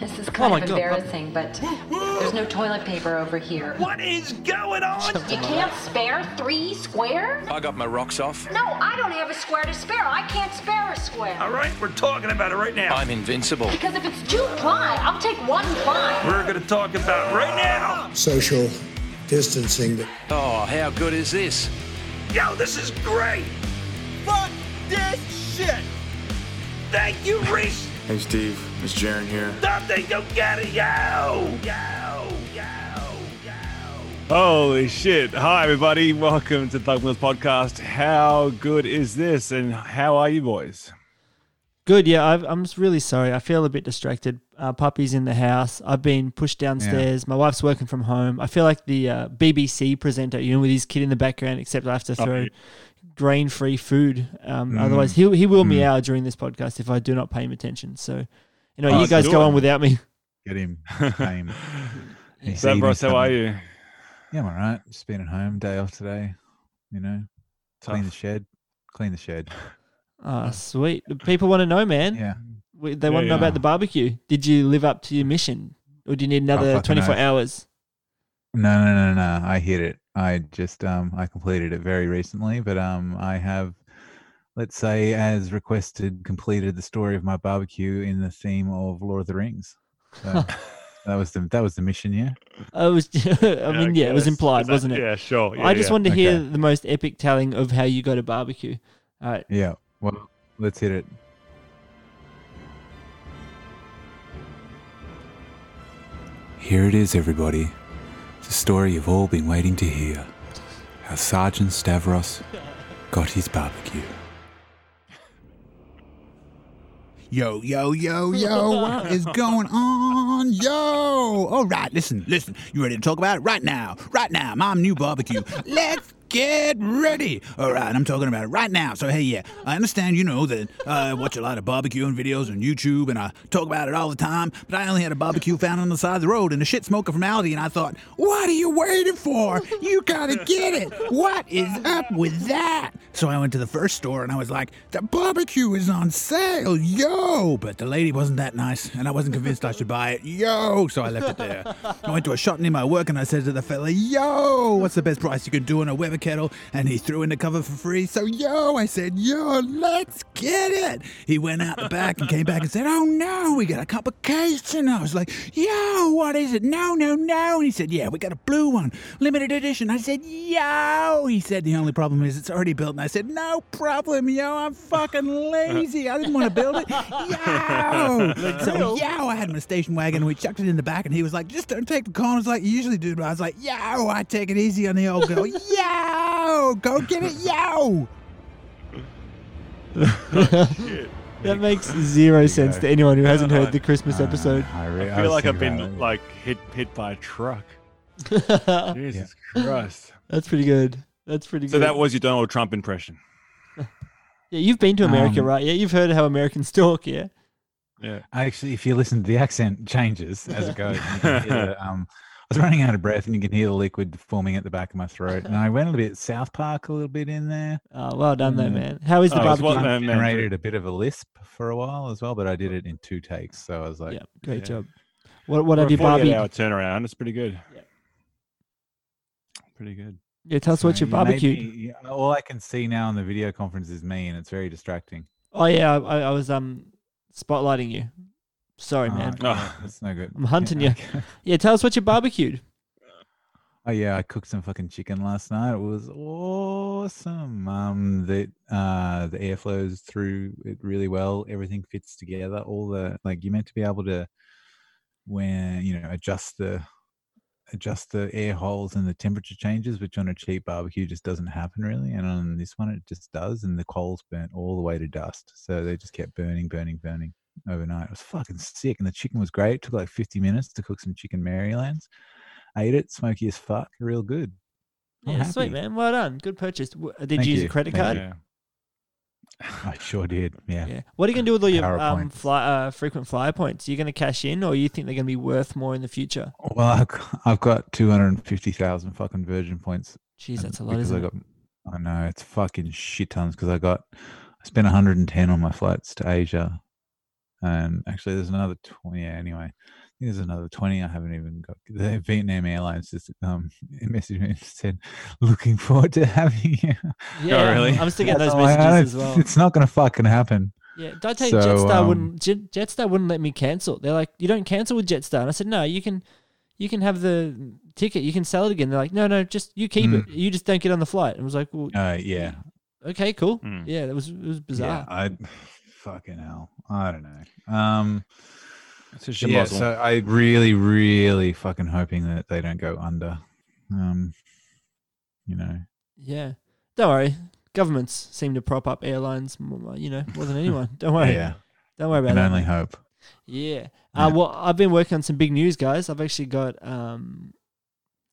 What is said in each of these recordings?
This is Oh kind my of God. embarrassing, but there's no toilet paper over here. What is going on? You can't spare three squares? I got my rocks off. No, I don't have a square to spare. I can't spare a square. All right, we're talking about it right now. I'm invincible. Because if it's two ply, I'll take one ply. We're going to talk about right now. social distancing. Oh, how good is this? Yo, this is great. Fuck this shit! Thank you, Reese. Hey, Steve. It's Jaren here. Something, go get it. Yo, yo, yo, yo. Holy shit. Hi, everybody. Welcome to Thug Mills Podcast. How good is this? And how are you, boys? Good. Yeah, I've, I'm just really sorry. I feel a bit distracted. Uh, puppy's in the house. I've been pushed downstairs. My wife's working from home. I feel like the uh, BBC presenter, you know, with his kid in the background, except I have to throw grain free food. Um, Mm. Otherwise, he he will meow during this podcast if I do not pay him attention. So, you know, Oh, you guys do go it. on without me. Get him. Tame. He's So, eating Bros, how are something. you? Yeah, I'm all right. Just been at home, day off today. You know, clean the Tough. shed. Clean the shed. Ah, sweet. The People want to know, man. Yeah. We, they Yeah, want to know yeah. about the barbecue. Did you live up to your mission, or do you Oh, need another fucking 24 oath. hours? No, no, no, no. I hit it. I just um I completed it very recently, but um I have let's say as requested completed the story of my barbecue in the theme of Lord of the Rings. So that was the that was the mission, yeah. I Oh, was. I mean, yeah, it was guess. implied, Is that- wasn't it? Yeah, sure. I just wanted to hear Okay. the most epic telling of how you got a barbecue. All right. Yeah. Well, let's hit it. Here it is, everybody. The story you've all been waiting to hear. How Sergeant Stavros got his barbecue. Yo, yo, yo, yo, what is going on? Yo! All right, listen, listen. You ready to talk about it? Right now, right now, my new barbecue. Let's get ready. All right, I'm talking about it right now. So, hey, yeah, I understand you know that I watch a lot of barbecuing videos on YouTube and I talk about it all the time, but I only had a barbecue found on the side of the road and a shit smoker from Aldi, and I thought, what are you waiting for? You gotta get it. What is up with that? So I went to the first store and I was like, the barbecue is on sale, yo! But the lady wasn't that nice and I wasn't convinced I should buy it, yo! So I left it there. I went to a shop near my work and I said to the fella, yo, what's the best price you can do on a Weber kettle? And he threw in the cover for free, so yo! I said, yo, let's get it! He went out the back and came back and said, oh no, we got a complication. I was like, yo, what is it? No, no, no. And he said, yeah, we got a blue one, limited edition. I said, yo. He said, the only problem is it's already built. And I said, no problem, yo. I'm fucking lazy. I didn't want to build it. Yo. so, yo, I had my station wagon. We chucked it in the back, and he was like, just don't take the corners like you usually do. But I was like, yo, I take it easy on the old girl. yo, go get it, yo. That makes zero sense to anyone who hasn't heard the Uh, Christmas episode. I, re- I feel like I've been like hit hit by a truck. Jesus Christ. That's pretty good. That's pretty good. So that was your Donald Trump impression. yeah, you've been to America, Um, right? Yeah, you've heard how Americans talk, yeah? Yeah. Actually, if you listen, the accent changes as it goes. and you can hear the, um, I was running out of breath, and you can hear the liquid forming at the back of my throat. And I went a bit South Park, a little bit in there. Oh, well done, though, Mm. man. How is the Oh, it's barbecue? what- I man, man, generated a bit of a lisp for a while as well, but I did it in two takes. So I was like, yeah, great Yeah. job. What, what For have a you 48 barbie? hour turnaround. It's pretty good. Pretty good. Yeah, tell us what "Uh, you barbecued. maybe- yeah, All I can see now in the video conference is me, and it's very distracting. Oh, yeah, I, I- I was um spotlighting you. Sorry, Ah, man. yeah, that's no good. I'm hunting Yeah, you. okay. Yeah, tell us what you barbecued. Oh yeah, I cooked some fucking chicken last night. It was awesome. Um, the uh, the air flows through it really well. Everything fits together. All the like you're meant to be able to, when you know, adjust the adjust the air holes and the temperature changes, which on a cheap barbecue just doesn't happen really. And on this one, it just does. And the coals burnt all the way to dust, so they just kept burning, burning, burning overnight. It was fucking sick, and the chicken was great. It took like 50 minutes to cook some chicken Marylands ate it, smoky as fuck, real good. I'm Yeah, sweet, happy. man. Well done. Good purchase. W- Did Thank you use you. a credit Thank card? Yeah. I sure did. Yeah. Yeah. What are you going to do with all your um, PowerPoints. fly, uh, frequent flyer points? Are you going to cash in or you think they're going to be worth more in the future? Well, I've got, I've got two hundred and fifty thousand fucking Virgin points. Jeez, and- that's a lot, because isn't I it? got, I know it's fucking shit tons because I got I spent one hundred and ten on my flights to Asia, And actually, there's another 20. Yeah, anyway, I think there's Oh, another 20. I haven't even got. The Vietnam Airlines just um, messaged me and said, looking forward to having you. Oh, Yeah, really? I'm still getting those I'm like, I messages as don't- well. It's not going to fucking happen. Yeah, did I tell you So, Jetstar um, wouldn't Jet, Jetstar wouldn't let me cancel. They're like, you don't cancel with Jetstar, and I said, no, you can, you can have the ticket, you can sell it again. They're like, no, no, just you keep it, you just don't get on the flight. And I was like, well, Uh, Hmm. yeah. Hmm. okay, cool, Mm. yeah, that was it was bizarre. Yeah, I fucking hell. I don't know. Um, It's a yeah, schmozzle. so I really, really fucking hoping that they don't go under. Um, you know, Yeah. don't worry, governments seem to prop up airlines, m- you know, more than anyone. Don't worry, yeah, don't worry about and uh, that. only hope. Yeah. Uh, Yeah. well, I've been working on some big news, guys. I've actually got um,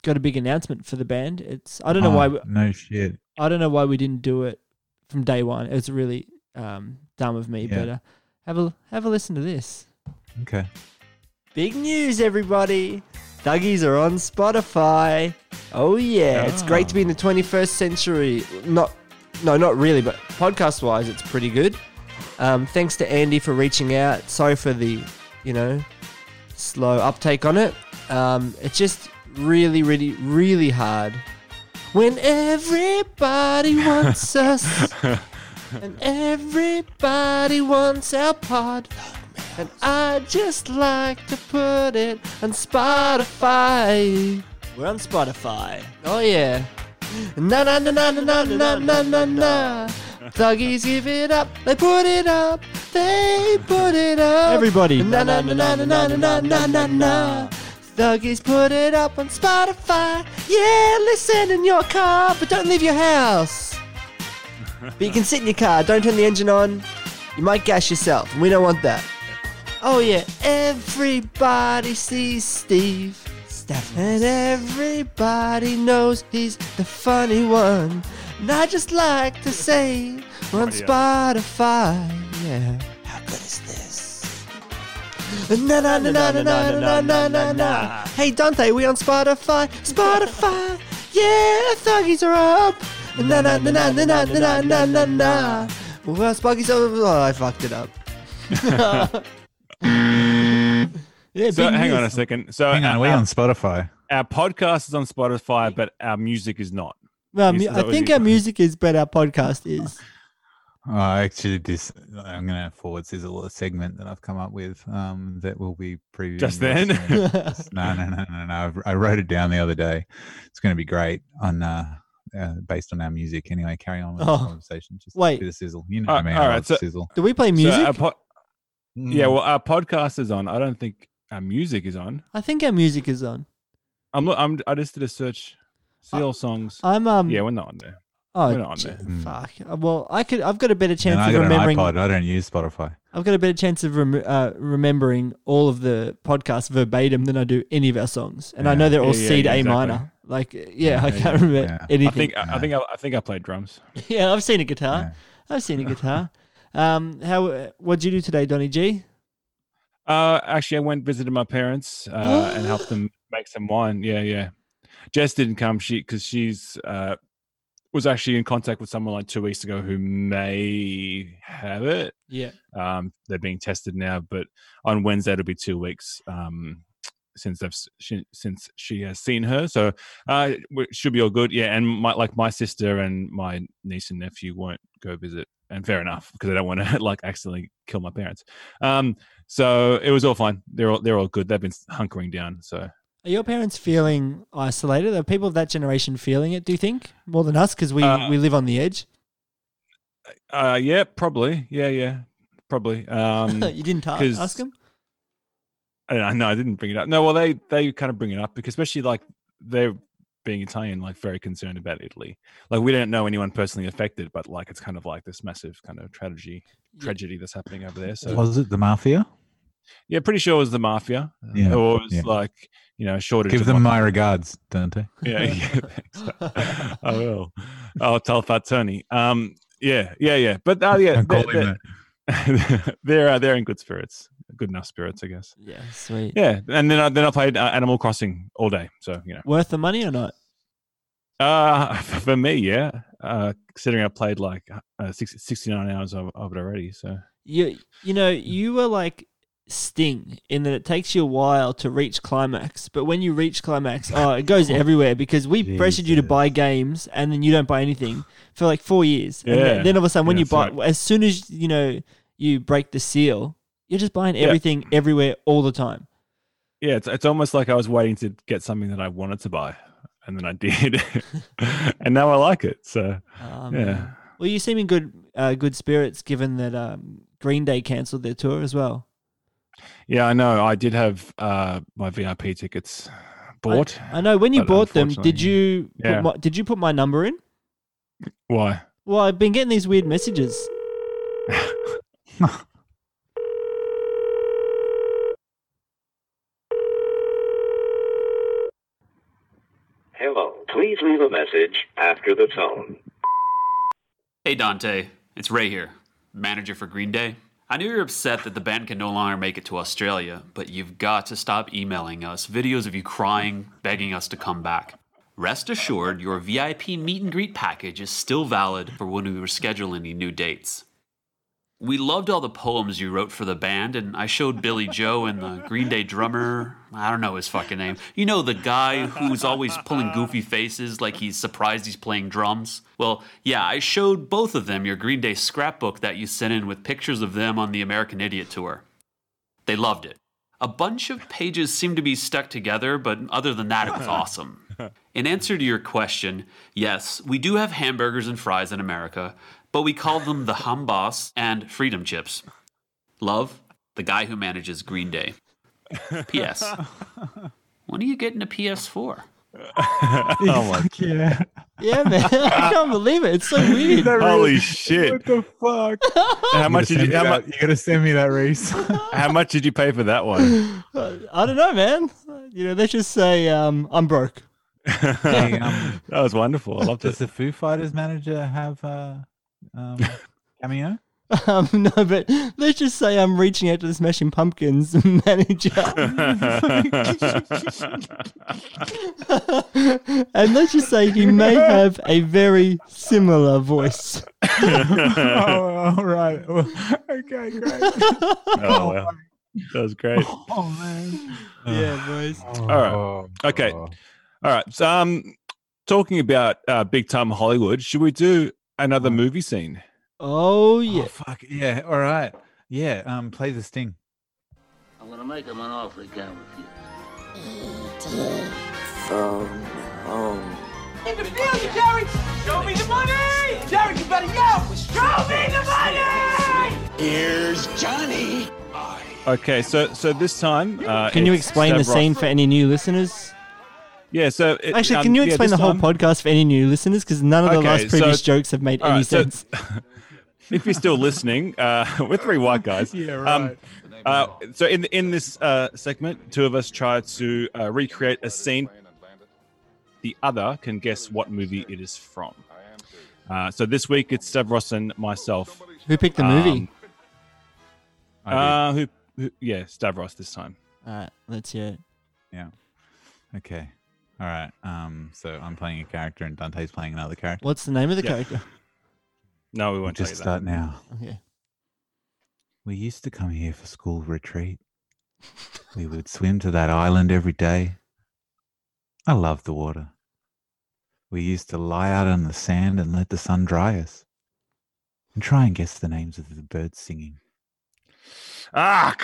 got a big announcement for the band. It's I don't know Oh, why. we- No shit. I don't know why we didn't do it from day one. It was really um, dumb of me, Yeah. but uh, have a have a listen to this. Okay. Big news, everybody! Thuggies are on Spotify. Oh yeah, it's great to be in the 21st century. Not, no, not really, but podcast-wise, it's pretty good. Um, thanks to Andy for reaching out. Sorry for the, you know, slow uptake on it. Um, it's just really, really, really hard. When everybody wants us, and everybody wants our pod, and I just like to put it on Spotify. We're on Spotify. Oh yeah. Na na na na na na na na na na. Thuggies give it up. They put it up. They put it up. Everybody. Na na na na na na na na na na. Thuggies put it up on Spotify. Yeah, listen in your car, but don't leave your house. But you can sit in your car. Don't turn the engine on. You might gas yourself. and We don't want that. Oh yeah, everybody sees Steve. And everybody knows he's the funny one. And I just like to say we're on Spotify. Yeah. How good is this? Na na na na na na na na na na. Hey Dante, we on Spotify. Spotify. Yeah, thuggies are up. Na na na na na na na na na na. Well, Spuggies are. Oh, I fucked it up. Yeah, So big hang news. on a second. So uh, Hang on, are our, we on Spotify? our podcast is on Spotify, but our music is not. Well, Is mu- that I what think you- our music is, but our podcast is. Oh, actually, this I'm gonna forward. There's a little segment that I've come up with um, that will be previewing. Just very then? soon. no, no, no, no, no. I've- I wrote it down the other day. It's going to be great on uh, uh, based on our music. Anyway, carry on with Oh, the conversation. Just wait. a bit of sizzle. You know Uh, me. I all right, love so- sizzle. Do we play So uh, music? our po- Mm. yeah, well, our podcast is on. I don't think our music is on. I think our music is on. I'm. lo- I'm. I just did a search. See all songs. I'm um. yeah, we're not on there. oh, we're not on gee, there. Fuck. Uh, Well, I could. I've got a better and chance Mm. I of got an remembering. iPod. I don't use Spotify. I've got a better chance of rem- uh, remembering all of the podcasts verbatim than I do any of our songs, and I know they're all Yeah, yeah, C to yeah, A exactly. minor. Like, yeah, I yeah, can't remember yeah. I anything. I think. uh, I, I think. I, I think I played drums. yeah, I've seen a guitar. I've seen a guitar. um, how? What'd you do today, Donny G? Uh, actually, I went visited my parents uh, and helped them make some wine. Yeah, yeah. Jess didn't come. She because she's uh, was actually in contact with someone like two weeks ago who may have it. Yeah. Um, they're being tested now, but on Wednesday it'll be two weeks um, since I've s- she, since she has seen her. So uh, it should be all good. Yeah, and my like my sister and my niece and nephew won't go visit, and fair enough because I don't want to like accidentally kill my parents. Um, so it was all fine. They're all they're all good. They've been hunkering down. So Are your parents feeling isolated? Are people of that generation feeling it? Do you think more than us because we Uh, we live on the edge? uh, yeah, probably. Yeah, yeah, probably. Um, you didn't ta- 'cause- ask them. Uh, I know, no, I didn't bring it up. No, well, they they kind of bring it up because especially like they're being Italian, like very concerned about Italy. Like we don't know anyone personally affected, but like it's kind of like this massive kind of tragedy tragedy that's happening over there. So Was it the Mafia? yeah, pretty sure it was the mafia, uh, Yeah, or it was yeah. like you know a shortage. Give of them one- my regards, Dante. yeah, yeah thanks. I will. I'll tell Fat Tony. Um, yeah, yeah, yeah. But uh, yeah, Don't call they're- him they're- that. they're uh, they're in good spirits, good enough spirits, I guess. Yeah, sweet. Yeah, and then I, then I played uh, Animal Crossing all day, so you know. Worth the money or not? Uh, for me, yeah. Uh, considering I played like uh, 60, 69 hours of, of it already, so you you know you were like Sting in that it takes you a while to reach climax, but when you reach climax, oh, it goes everywhere because we pressured you to buy games and then you don't buy anything for like four years. And Yeah. then, then all of a sudden, when Yeah, you that's buy, right. as soon as you know you break the seal, you're just buying everything everywhere all the time. Yeah, it's, it's almost like I was waiting to get something that I wanted to buy, and then I did, and now I like it. So Oh, Um, yeah, Well, you seem in good uh, good spirits given that um, Green Day cancelled their tour as well. yeah, I know. I did have uh, my VIP tickets bought. I know when you But bought them, did unfortunately- you Yeah. put my, did you put my number in? Why? Well, I've been getting these weird messages. Hello. Please leave a message after the tone. Hey Dante, it's Ray here, manager for Green Day. I know you're upset that the band can no longer make it to Australia, but you've got to stop emailing us videos of you crying, begging us to come back. Rest assured, your VIP meet and greet package is still valid for when we reschedule any new dates. We loved all the poems you wrote for the band, and I showed Billy Joe and the Green Day drummer. I don't know his fucking name. You know, the guy who's always pulling goofy faces like he's surprised he's playing drums? Well, yeah, I showed both of them your Green Day scrapbook that you sent in with pictures of them on the American Idiot Tour. They loved it. A bunch of pages seemed to be stuck together, but other than that, it was awesome. In answer to your question, yes, we do have hamburgers and fries in America, but we call them the Hambas and Freedom Chips. Love, the guy who manages Green Day. P.S. When are you getting a PS4? oh my Yeah. Yeah, man, I can't believe it. It's so weird. Holy shit! What the fuck? How much did you? How, much? much, You gotta send me that, Reese. how much did you pay for that one? I don't know, man. You know, let's just say um, I'm broke. Hey, um, That was wonderful. I loved does it. the Foo Fighters manager have a um, cameo? Um, no, but let's just say I'm reaching out to the Smashing Pumpkins manager, and let's just say he may have a very similar voice. oh, all right. Well, okay, great. Oh, wow. That was great. Oh man. Yeah, boys. All Oh. right. Okay. All right. So, um, talking about uh, big time Hollywood, should we do another Mm. movie scene? Oh Yeah. yeah. fuck. Yeah. All right. Yeah. Um. Play the sting. I'm gonna make him an offer again with you. In the building, Derek! Show me the money! Derek, you better yell! Show me the money! Here's Johnny! Okay. So, so this time, uh, Can you it's explain the Stavros- scene for any new listeners? Yeah. So, it, Actually, um, can you yeah, explain this the whole time- podcast for any new listeners? Because none of the Okay, last so- previous jokes have made All any right, so- sense. if you're still listening, uh, we're three white guys. Yeah, right. uh, so in in this uh, segment, two of us try to uh, recreate a scene. The other can guess what movie it is from. Uh, so this week it's Stavros and myself. Who picked the movie? Um, uh, who, who? Yeah, Stavros this time. All right, let's hear it. Okay. All right. Um. So I'm playing a character and Dante's playing another character. What's the name of the Yeah. character? No, we won't tell you Just that. start now. Okay. We used to come here for school retreat. we would swim to that island every day. I loved the water. We used to lie out on the sand and let the sun dry us and try and guess the names of the birds singing. Ah,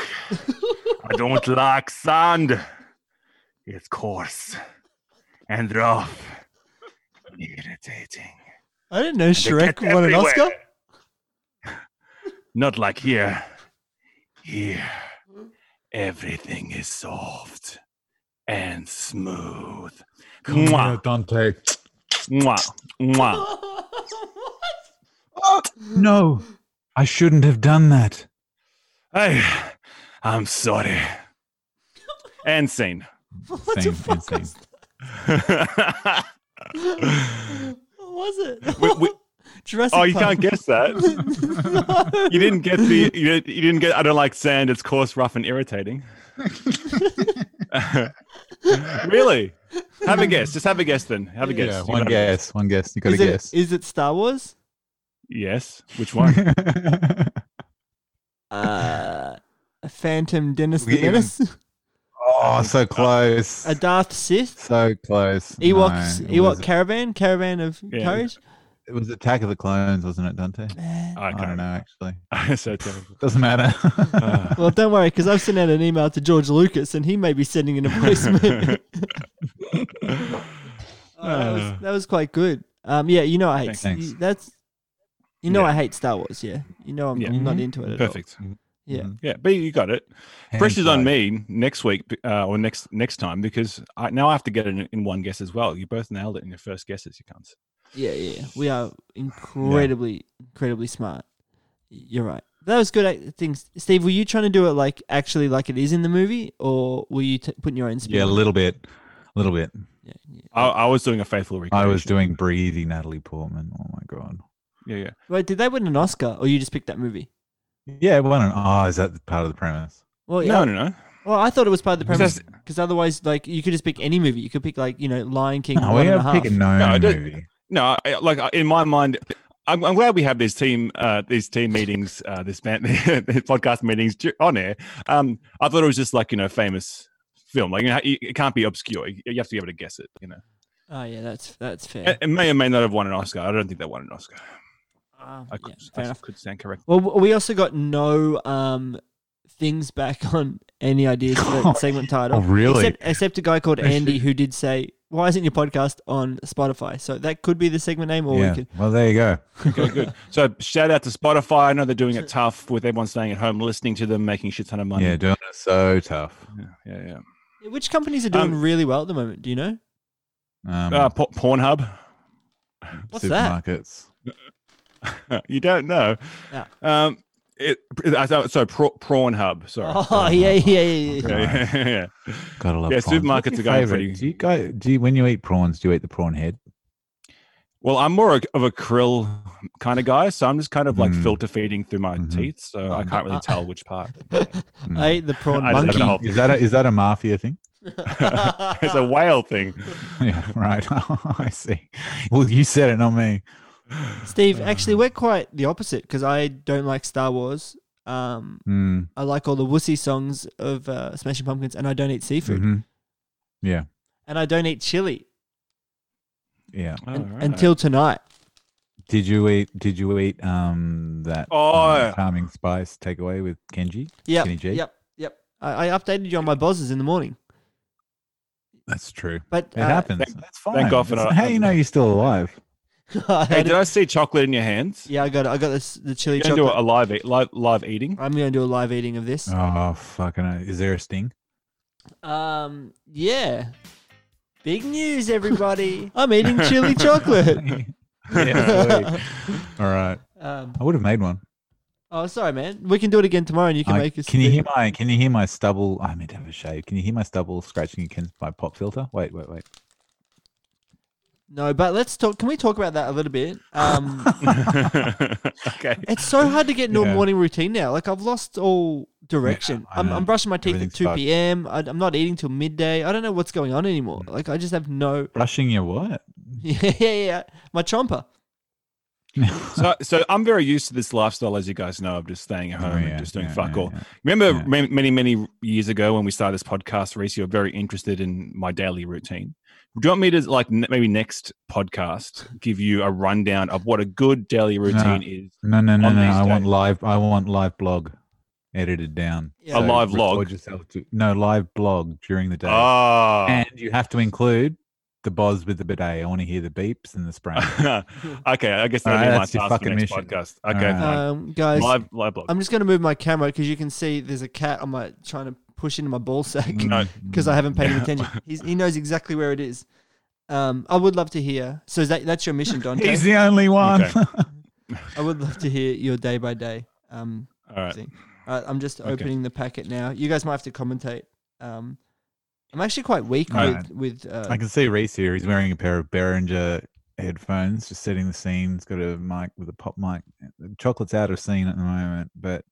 I don't like sand. It's coarse and rough. and Irritating. I didn't know They Shrek get won an everywhere. Oscar. Not like here. Here, everything is soft and smooth. Mwah, Mm, Dante. Mwah, mwah. No, I shouldn't have done that. Hey, I'm sorry. And scene. What the Same, fuck same. was What was it? We- we- Jurassic oh, you Park. can't guess that. no. You didn't get the. You, didn't- you didn't get. I don't like sand. It's coarse, rough, and irritating. really? Have a guess. Just have a guess then. Have a guess. Yeah, You one gotta have a guess, one guess. You got to Is it, guess. is it Star Wars? Yes. Which one? Uh, a Phantom Dennis the We even- Menace. Oh, so close. A Darth Sith. So close. Ewok's No, it Ewok wasn't. Caravan. Caravan of Courage. It was Attack of the Clones, wasn't it, Dante? I can't don't know, actually. so terrible. Doesn't matter. Well, don't worry, because I've sent out an email to George Lucas, and he may be sending in a voicemail. Oh, that, Uh. was, that was quite good. Um, yeah, you know I hate Thanks. Thanks. that's. You know Yeah. I hate Star Wars. Yeah, you know I'm Yeah. not Mhm. into it at Perfect. all. Yeah. Mm. Yeah, but you got it. Pressure's on me next week uh, or next next time because I, now I have to get it in, in one guess as well. You both nailed it in your first guesses, you cunts. Yeah, yeah. We are incredibly, incredibly smart. You're right. That was good uh, things. Steve, were you trying to do it like actually like it is in the movie, or were you t- putting your own spin? yeah, a on it? little bit. A little bit. I, I was doing a faithful recreation. I was doing Breathy Natalie Portman. Oh, my God. Yeah, yeah. Wait, did they win an Oscar, or you just picked that movie? Yeah, it won an. Oh, is that part of the premise? Well, No, Oh, yeah. no, no. Well, I thought it was part of the Because premise because otherwise, like, you could just pick any movie. You could pick like you know Lion King. No, one we and a gotta pick half. a known I don't- movie. No, I, like I- in my mind, I'm, I'm glad we have these team uh, these team meetings, uh, this band, these podcast meetings ju- on air. Um, I thought it was just like you know famous film, like you know, it it can't be obscure. You you have to be able to guess it. You know, Oh yeah, that's that's fair. it, it may or may not have won an Oscar. I don't think they won an Oscar. Um, I could, yeah, fair I enough. could stand correct. Well, w- we also got no um things back on any ideas for that segment title. Oh, really? Except, except a guy called They Andy who did say, "Why isn't your podcast on Spotify?" So that could be the segment name, or yeah. we could. Well, there you go. Okay, good. So shout out to Spotify. I know they're doing it tough with everyone staying at home, listening to them, making shit ton of money. Yeah, doing it so tough. yeah, yeah. Which companies are doing Um, really well at the moment? Do you know? Um, Uh, Por- Pornhub. What's that? supermarkets. you don't know. Yeah. Um, it, I thought- so pra- prawn hub. Sorry. Oh yeah, yeah, yeah, yeah. Yeah, yeah, yeah. Gotta love Yeah, prawns. What's supermarkets your are going favorite? pretty- Do you go? Uh, Do you when you eat prawns? Do you eat the prawn head? Well, I'm more of a krill kind of guy, so I'm just kind of like Mm. filter feeding through my teeth, so I can't really tell which part. I ate the prawn I just had monkey. a whole- Is that a, is that a mafia thing? it's a whale thing. yeah, right. Oh, I see. Well, you said it, not me. Steve, Uh. actually, we're quite the opposite because I don't like Star Wars. Um, Hmm. Mm, I like all the wussy songs of uh, Smashing Pumpkins, and I don't eat seafood, Mm-hmm. mhm. Yeah, and I don't eat chili yeah. Oh, un- until tonight. Did you eat? Did you eat um that Oh, um, yeah. charming spice takeaway with Kenji? Yep, Kenny G? yep, yep. I, I updated you on my bosses in the morning, That's true. but It uh, happens. thank- That's fine. thank God for It's- that. How do you know you're still alive? I Hey, had it- did I see chocolate in your hands? yeah, I got it. I got this the chili You gonna do chocolate. a live, eat, live, live eating? I'm gonna do a live eating of this. Oh fucking! hell. Is there a sting? Um, yeah. Big news, everybody! I'm eating chili chocolate. yeah. All right. Um, I would have made one. oh, sorry, man. We can do it again tomorrow, and you can I- make us. Uh, can you do- hear my can you hear my stubble? I meant to have a shave. Can you hear my stubble scratching against my pop filter? Wait, wait, wait. No, but let's talk. Can we talk about that a little bit? Um, okay. it's so hard to get into Yeah. a morning routine now. Like I've lost all direction. I I'm, know. I'm brushing my teeth at Everything's two fucked. p.m. I, I'm not eating till midday. I don't know what's going on anymore. Mm. Like I just have no. Brushing your what? Yeah, yeah, yeah. My chomper. So, so I'm very used to this lifestyle, as you guys know, of just staying at Oh, home yeah, and just doing yeah, fuck yeah, all. yeah. Remember, Yeah. ma- many many years ago when we started this podcast, Reese, you were very interested in my daily routine. Do you want me to like n- maybe next podcast give you a rundown of what a good daily Uh-huh. routine is? No, no, no, On no. these I want days. live. I want live blog, edited down. Yeah. A live record log? Yourself to, no live blog during the day, Oh, and you have to include the buzz with the bidet. I want to hear the beeps and the spray. okay. I guess that'll All right, be my that's task your for fucking next mission. podcast. All Okay, right. fine. Um, guys, live live blog. I'm just going to move my camera because you can see there's a cat on my trying to push into my ball sack No. because I haven't paid him Yeah. attention. He's, he knows exactly where it is. Um, I would love to hear. So is that that's your mission, Dante. He's the only one. Okay. I would love to hear your day by day. Um, All right. thing. All right, I'm just opening the packet now. You guys might have to commentate. Um, I'm actually quite weak All with right. with. Uh, I can see Reese here. He's wearing a pair of Behringer headphones, just setting the scene. He's got a mic with a pop mic. The chocolate's out of scene at the moment, but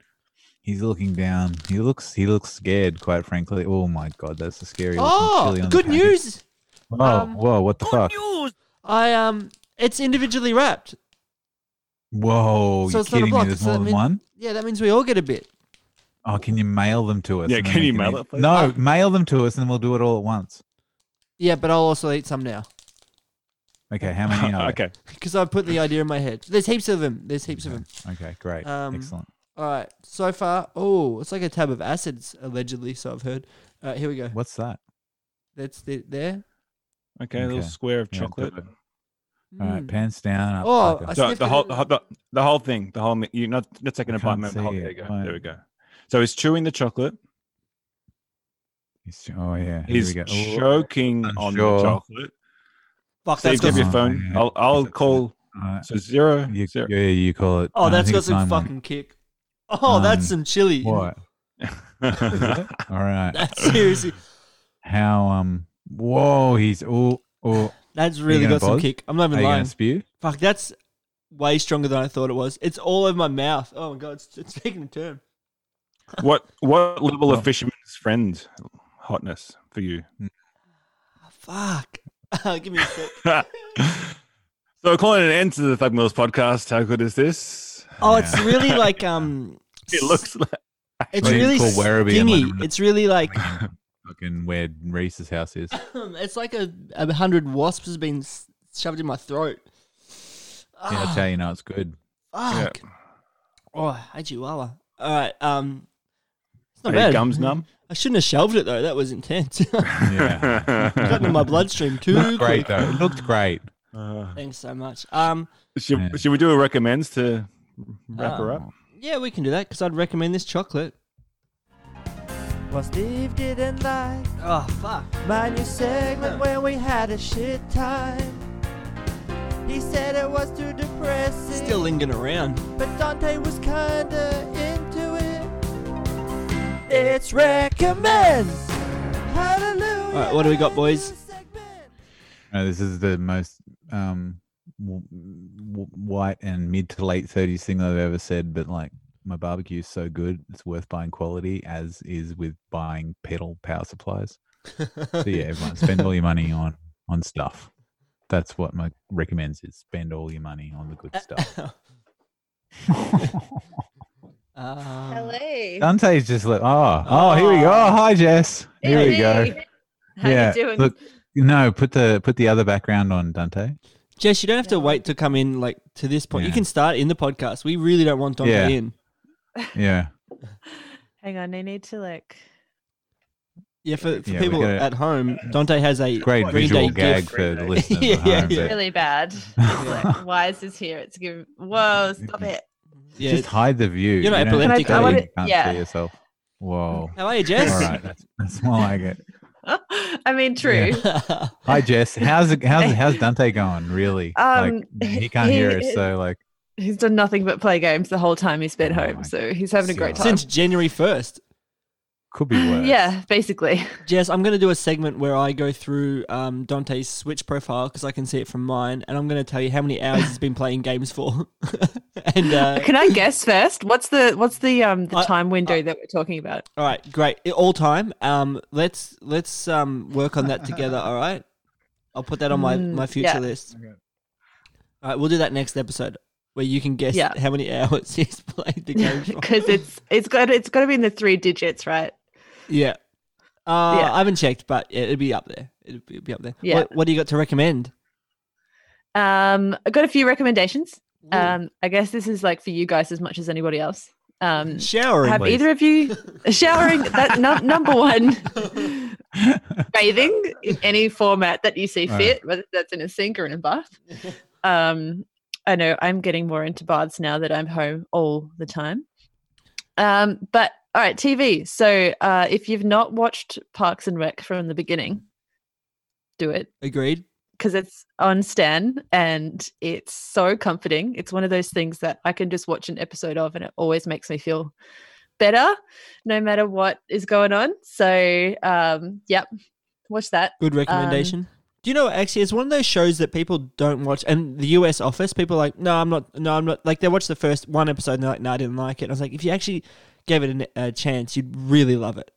he's looking down. He looks he looks scared, quite frankly. Oh my god, that's a scary. looking oh, chili on the good package. news! Whoa, um, whoa, what the fuck? I um, it's individually wrapped. Whoa, So you're it's not a kidding me? block. There's so more that than mean- one. Yeah, that means we all get a bit. Oh, can you mail them to us? Yeah, and then can we you mail eat- it, please? No, Ah. Uh, mail them to us and we'll do it all at once. Yeah, but I'll also eat some now Okay, how many are Okay. because I've put the idea in my head. There's heaps of them. There's heaps of them. Okay, great. Um, Excellent. All right. So far, oh, it's like a tab of acids allegedly. So I've heard. All right, here we go. What's that? That's the, there. Okay, a little Okay. square of Yeah, put chocolate. it- All right, Mm. pants down. Up, Oh, fucker. I So sniffed the it whole and- the, the whole thing, the whole mi- you not not taking a bite, can't man. The whole, see there it, we go. right. There we go. So he's chewing the chocolate. He's- oh yeah, here He's we go. Oh, Oh, choking on unsure. the chocolate. Fuck, Steve, that's give got your some- phone. I'll I'll call. Alright. So zero. You, zero. Yeah, you call it. Oh, no, I that's think got it's some nine one. fucking kick. Oh, that's Um, some chili. What? All right. That's seriously. How um? Whoa, he's oh oh. That's Are you really gonna got some buzz? kick. I'm not even Are you gonna lying. uh, spew? Fuck, that's way stronger than I thought it was. It's all over my mouth. Oh my god, it's, it's taking a turn. What what level Oh. of fisherman's friend hotness for you? Fuck. Give me a sec. so calling an end to the Thug Mills podcast. How good is this? Oh, it's really like um. It looks like It's What do you really call Werribee and stingy. like- It's really like Fucking where Reese's house is. it's like a, a hundred wasps has been s- shoved in my throat. Yeah, I tell you, no, it's good. Fuck. Oh, hey chihuahua. All right. Um, it's not Are your bad. gums numb? I shouldn't have shelved it though. That was intense. Yeah. Got in my bloodstream too. Looked great quick. though. It looked great. Thanks so much. Um, Should, should we do a recommends to wrap her up? yeah, we can do that because I'd recommend this chocolate. Well, Steve didn't like Oh fuck. my new segment where we had a shit time. He said it was too depressing. Still lingering around. But Dante was kinda into it. It's recommends. Hallelujah. All right, what do we got, boys? No, this is the most um w- w- white and mid to late thirties thing I've ever said. But like, my barbecue is so good, it's worth buying quality, as is with buying pedal power supplies. so yeah, everyone spend all your money on on stuff. That's what my recommends is spend all your money on the good Uh, stuff. Um, Hello. Dante's just like, oh, oh, here we go. Oh, hi, Jess. Here we go. Hey. How you doing? Look, no, put the put the other background on, Dante. Jess, you don't have to wait to come in like to this point. You can start in the podcast. We really don't want Dante Yeah. in. Yeah. Hang on, I need to like. Yeah, for, for Yeah, we people gotta- at home, Dante has a Great Green visual Day gag gift. for the listeners yeah, at yeah, home, yeah. but- Really bad. It's like, why is this here? It's giving. Whoa! Stop it. Yeah, Just hide the view. You're not You don't have epileptic, to are say you? you can't Yeah. see yourself. Whoa. How are you, Jess? All right, that's, that's more like it. I mean, true. Hi, Jess. How's it, how's how's Dante going? Really? Um, like, he can't hear he- us, so like, He's done nothing but play games the whole time he's been home, so he's having a great time. Since January first. Could be worse. Yeah, basically. Jess, I'm going to do a segment where I go through um, Dante's Switch profile because I can see it from mine, and I'm going to tell you how many hours he's been playing games for. and uh, Can I guess first? What's the what's the um the time window that we're talking about? all right, great, I- all time. Um, let's let's um, work on that together. All right, I'll put that on my Mm, my future yeah. list. All right, we'll do that next episode where you can guess Yeah. how many hours he's played the game for. Because it's it's got it's got to be in the three digits, right? yeah. Uh, Yeah. I haven't checked, but yeah, it'd be up there. It'd be, it'd be up there. Yeah. What, what do you got to recommend? Um, I got a few recommendations. Um, I guess this is like for you guys as much as anybody else. Um, Showering, Have please. either of you showering? that num- number one. bathing in any format that you see Right. fit, whether that's in a sink or in a bath. Um, I know I'm getting more into baths now that I'm home all the time. Um, but all right, TV. So uh, if you've not watched Parks and Rec from the beginning, do it Agreed. because it's on Stan and it's so comforting. It's one of those things that I can just watch an episode of and it always makes me feel better no matter what is going on. So, um, yep, watch that. Good Um, recommendation. do you know actually it's one of those shows that people don't watch and the US office people are like no I'm not no I'm not like they watch the first one episode and they're like no I didn't like it. I was like if you actually gave it an, a chance you'd really love it.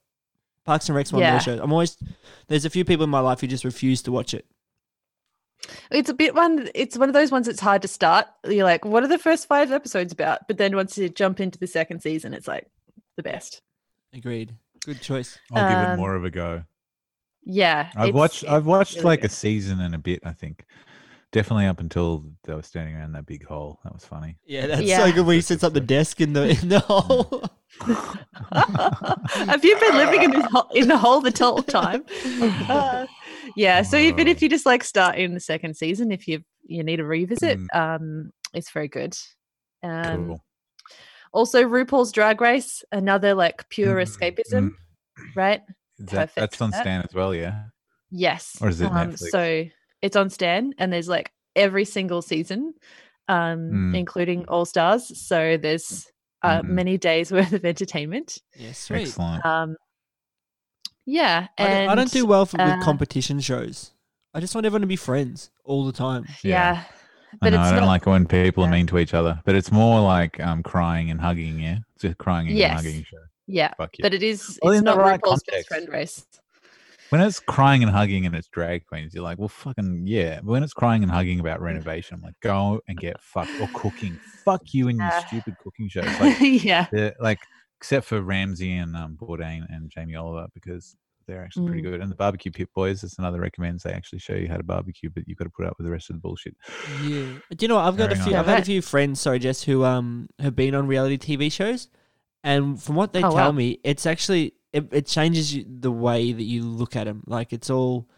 Parks and Rec's one of those Yeah. shows. I'm always there's a few people in my life who just refuse to watch it. it's a bit one. It's one of those ones that's hard to start. You're like, what are the first five episodes about? But then once you jump into the second season, it's like the best. Agreed. Good choice. I'll give it Um, more of a go. Yeah, I've it's- watched. I've it's watched really like good. a season and a bit. I think definitely up until they were standing around that big hole. That was funny. Yeah, that's Yeah. so good when he sets up the desk in the in the hole. Have you been living in this hole, in the hole the whole time? Uh, yeah. So even if you just like start in the second season, if you you need a revisit, Mm. um, it's very good. Um, Cool. Also, RuPaul's Drag Race, another like pure escapism, right? Mm-hmm, Is that, Perfect that's for on that. Stan as well, yeah. Yes. Or is it um, Netflix? So it's on Stan, and there's like every single season, um, Mm. including All Stars. So there's uh, Mhm. many days worth of entertainment. Yes, sweet. Excellent. Um, yeah, I, don't, and I don't do well for, uh, with competition shows. I just want everyone to be friends all the time. Yeah, I but know, it's I don't not. like when people are mean to each other, but it's more like um, crying and hugging. Yeah, it's a crying and yes. hugging show. Yeah, Fuck yeah. but it is. Well, it's in the not right RuPaul's context. best friend race. When it's crying and hugging and it's drag queens, you're like, well, fucking yeah. But when it's crying and hugging about Mm. renovation, I'm like, go and get fucked or cooking. Fuck you and your Uh, stupid cooking shows. Like, yeah. they're- like except for Ramsey and um, Bourdain and Jamie Oliver because they're actually pretty Mm. good. And the Barbecue Pit Boys is another recommends. They actually show you how to barbecue, but you've got to put up with the rest of the bullshit. Yeah. Do you know what? I've got Very a few. nice. I've had a few friends, sorry, Jess, who um have been on reality TV shows, and from what they Oh, tell wow. me, it's actually it, it changes you, the way that you look at them. Like it's all.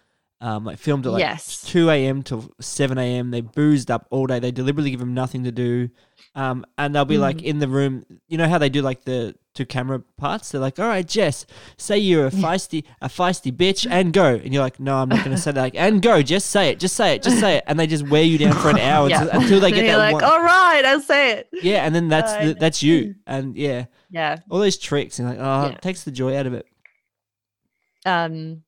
Um, like filmed at like Yes. two a.m. till seven a.m. They boozed up all day. They deliberately give them nothing to do, um, and they'll be Mm. like in the room. You know how they do like the two camera parts. They're like, "All right, Jess, say you're a feisty, a feisty bitch, and go." And you're like, "No, I'm not going to say that." Like, and go, just say it, just say it, just say it. And they just wear you down for an hour yeah. until, until they And get you're that like, one. all right, I'll say it. Yeah, and then that's I the, that's you, and yeah, Yeah. all those tricks and like, oh, Yeah. it takes the joy out of it. Um,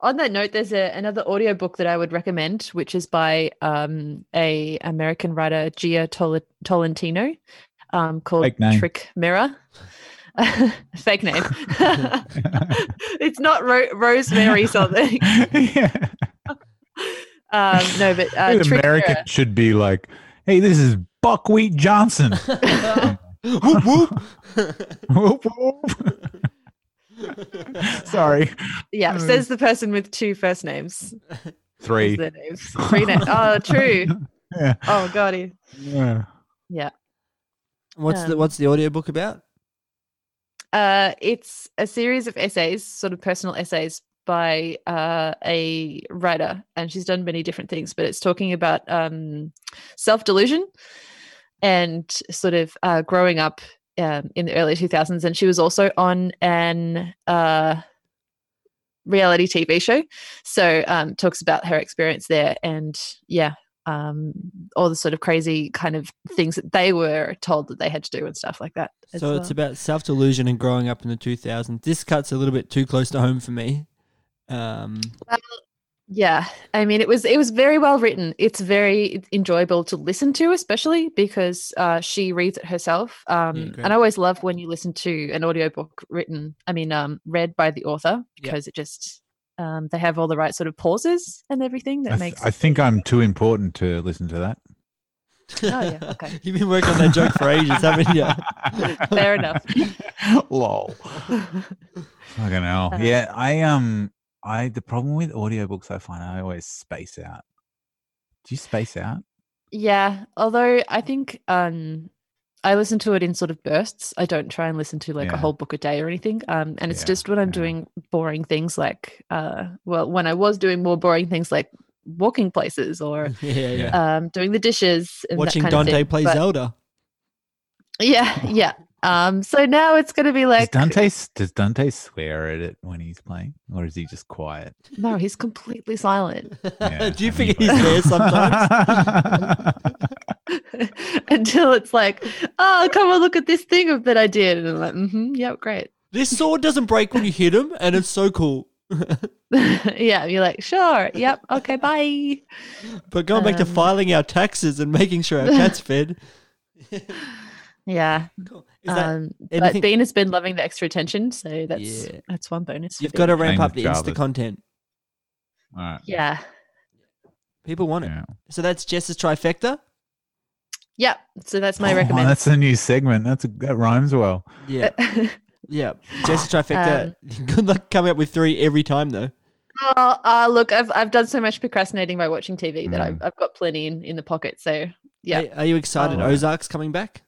on that note, there's a, another audiobook that I would recommend, which is by um, a American writer, Gia Tol- Tolentino, um, called Fake name. Trick Mirror. Fake name. it's not Ro- Rosemary something. um, no, but uh, Dude, Trick America Mirror. should be like, hey, this is Buckwheat Johnson. whoop, whoop. Whoop, whoop. Sorry. Yeah, says the person with two first names. Three. Is their names. Three names. Oh, true. Yeah. Oh, God. Yeah. Yeah. What's the Um, what's the audiobook about? Uh, it's a series of essays, sort of personal essays by uh, a writer, and she's done many different things, but it's talking about um, self delusion and sort of uh, growing up um, in the early 2000s. And she was also on an. Uh, reality tv show so um talks about her experience there and yeah um all the sort of crazy kind of things that they were told that they had to do and stuff like that as So it's well. about self delusion and growing up in the 2000s. This cuts a little bit too close to home for me. Um, Yeah, I mean, it was it was very well written. It's very enjoyable to listen to, especially because uh, she reads it herself. Um, great. and I always love when you listen to an audiobook written. I mean, um, read by the author because it just um, they have all the right sort of pauses and everything that I, th- makes. I think I'm too important to listen to that. oh yeah, okay, You've been working on that joke for ages, haven't you? fair enough. Lol. Fucking hell. Uh, yeah, I um I the problem with audiobooks I find I always space out. Do you space out? Yeah, although I think um, I listen to it in sort of bursts. I don't try and listen to like Yeah. a whole book a day or anything. Um, and it's Yeah, just when I'm doing boring things, like uh, well, when I was doing more boring things like walking places or yeah, yeah. um, doing the dishes, and that Watching kind of Dante thing, play but- Zelda. Yeah, yeah. Um, so now it's gonna be like does Dante s- does Dante swear at it when he's playing? Or is he just quiet? no, he's completely silent Yeah, Do you I think mean, he's there sometimes? until it's like, oh, come and look at this thing of- that I did, and I'm like, mm-hmm, yeah, great. this sword doesn't break when you hit him, and it's so cool. yeah, you're like, sure, yep, okay, bye. But going back to Um, filing our taxes and making sure our cat's fed. Yeah. Is that um, but anything- Bean has been loving the extra attention, so that's Yeah. that's one bonus. for You've got to Bean. ramp Same up the with Insta Jarvis. content. All right. Yeah. People want it. Yeah. So that's Jess's trifecta. Yep. So that's my Oh, recommend. that's a new segment. That's a, that rhymes well. Yeah. Yeah, Jesse trifecta. Um, Good luck coming up with three every time though. Oh, uh, look, I've I've done so much procrastinating by watching TV that I've, I've got plenty in, in the pocket. So yeah, Are, are you excited? Oh. Ozark's coming back.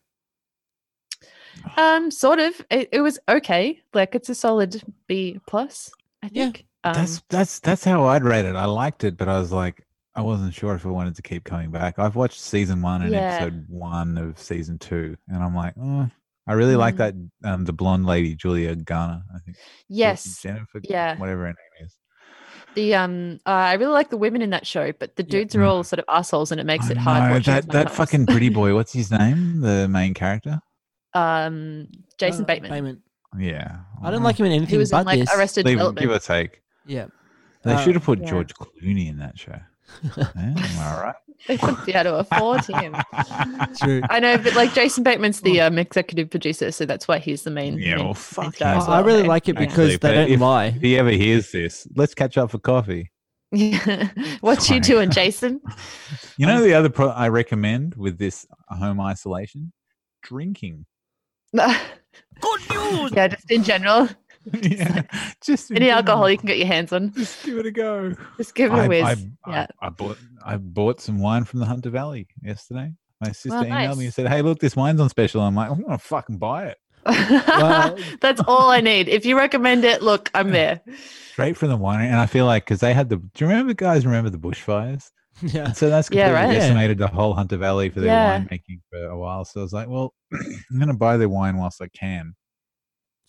um, sort of. It, it was okay. Like it's a solid B plus. I think. Um, that's that's that's how I'd rate it. I liked it, but I was like, I wasn't sure if I wanted to keep coming back. I've watched season one and Yeah. episode one of season two, and I'm like, oh, I really like that. Mm, Um, the blonde lady, Julia Garner, I think. yes. Jennifer, Yeah. whatever her name is. The um, uh, I really like the women in that show, but the dudes are all sort of assholes, and it makes it hard. No, watching that that sometimes. fucking pretty boy. What's his name? The main character. um Jason Bateman. Yeah. I don't like him in anything He was in but like this. Arrested Leave, Development. give or take. Yeah. They Uh, should have put yeah. George Clooney in that show. yeah, am I right? They wouldn't be able to afford him. True. I know, but like Jason Bateman's the um, executive producer, so that's why he's the main. main- Yeah, well, main fuck star him. as I well, really hey? like it because they but don't if, lie. If he ever hears this, let's catch up for coffee. Yeah. what you doing, Jason? Um, You know the other pro I recommend with this home isolation? Drinking. yeah, just in general. yeah, just any alcohol you can get your hands on. Just give it a go. Just give it a I- whiz. I- yeah. I bought I bought some wine from the Hunter Valley yesterday. My sister emailed Oh, nice. me and said, Hey, look, this wine's on special. I'm like, I'm gonna fucking buy it. That's all I need. If you recommend it, look, I'm there. Straight from the winery. And I feel like because they had the do you remember guys remember the bushfires? Yeah. And so that's Yeah, completely right. decimated the whole Hunter Valley for their Yeah. winemaking for a while. So I was like, well, I'm going to buy their wine whilst I can.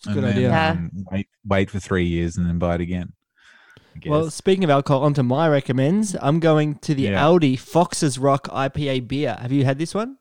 a good uh, idea. Yeah. wait, wait for three years and then buy it again. I Well, guess. speaking of alcohol, onto my recommends. I'm going to the Aldi Fox's Rock IPA beer. Have you had this one?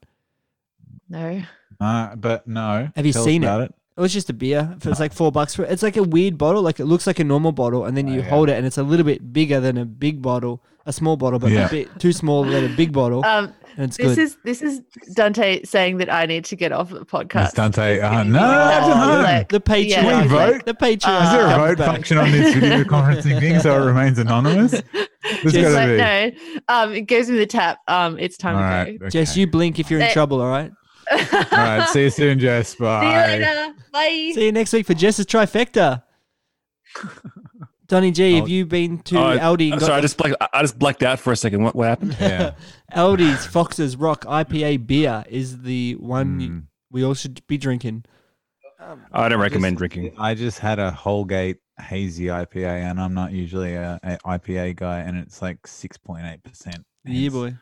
No. Uh, but no. Have you tell us seen about it? It was just a beer. It's like four bucks for It's like a weird bottle. Like it looks like a normal bottle, and then you hold it, and it's a little bit bigger than a big bottle, a small bottle, but Yeah. a bit too small than a big bottle. Um, and it's this good. is this is Dante saying that I need to get off the podcast. Miss Dante, uh, no, Oh, no, like- the Patreon. yeah, Can we vote? The Patreon. Is there a comes vote back. function on this video conferencing thing so it remains anonymous? There's Just gotta like, be. no, um, it gives me the tap. Um, it's time to go. Jess, you blink if you're in That- trouble. All right. All right. See you soon, Jess. See Bye. you later. Bye. See you next week for Jess's trifecta. Donny G, have you been to Oh, Aldi? I'm And got sorry, I just blacked, I I just blacked out for a second. What, what happened? Yeah. Aldi's Fox's Rock IPA beer is the one Hmm. you- we all should be drinking. Oh, I don't recommend just- drinking. I just had a Holgate hazy IPA, and I'm not usually a, a IPA guy, and it's like six point eight percent. Yeah, boy.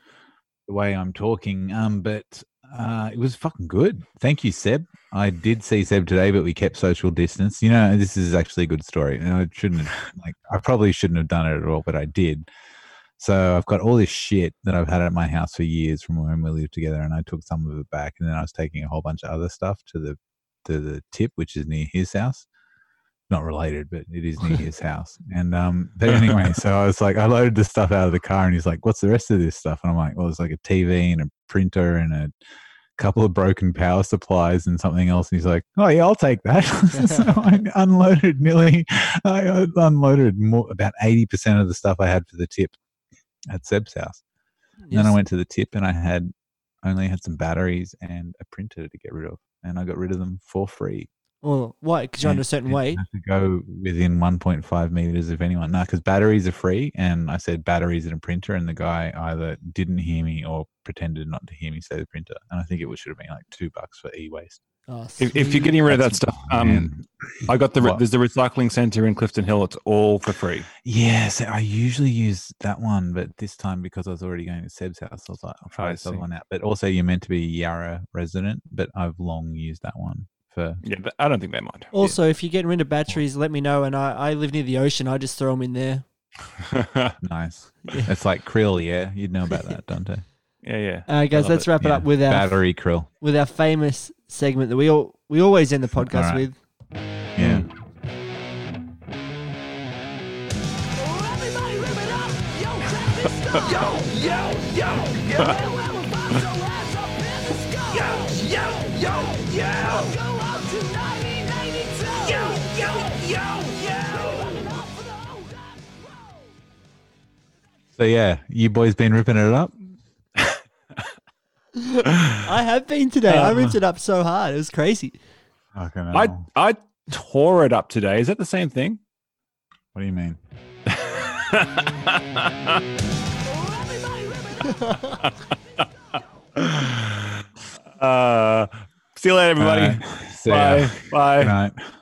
The way I'm talking, um, but uh, it was fucking good. Thank you, Seb. I did see Seb today, but we kept social distance. You know, this is actually a good story, and I shouldn't have, like I probably shouldn't have done it at all, but I did. So I've got all this shit that I've had at my house for years from when we lived together, and I took some of it back, and then I was taking a whole bunch of other stuff to the to the tip, which is near his house. Not related, but it is near his house. And um, but anyway, so I was like, I loaded the stuff out of the car, and he's like, "What's the rest of this stuff?" And I'm like, "Well, it's like a TV and a printer and a couple of broken power supplies and something else." And he's like, "Oh yeah, I'll take that." so I unloaded nearly, I unloaded more, about eighty percent of the stuff I had for the tip at Seb's house. And Then I Yes. went to the tip and I had only had some batteries and a printer to get rid of, and I got rid of them for free. Well, why? Because you're under a certain weight. I have to go within 1.5 meters of anyone. No, because batteries are free, and I said batteries and a printer, and the guy either didn't hear me or pretended not to hear me say the printer. And I think it should have been like two bucks for e-waste. Oh, If, if you're getting rid of that That's- stuff, um, I got the re- there's the recycling center in Clifton Hill. It's all for free. Yes, I usually use that one, but this time because I was already going to Seb's house, I was like, I'll try I this other see. one out. But also, you're meant to be Yarra resident, but I've long used that one for. Yeah, but I don't think they mind. Also, if you're getting rid of batteries, let me know. And I, I live near the ocean. I just throw them in there. nice. It's like krill, yeah. You'd know about that, Dante. Yeah, yeah. All right, guys, let's wrap it up with our battery krill. with our famous segment that we all we always end the podcast right. with. Yeah. Hmm. Yo, yo, yo, yo. Yo, yo, yo, yo. Yo, yo, yo, yo. So yeah, you boys been ripping it up. I have been today. I Um, Uh, ripped it up so hard. It was crazy. Fucking I hell. I tore it up today. Is that the same thing? What do you mean? uh, see you later, everybody. All right. See ya. Uh, Bye. Bye. Good night.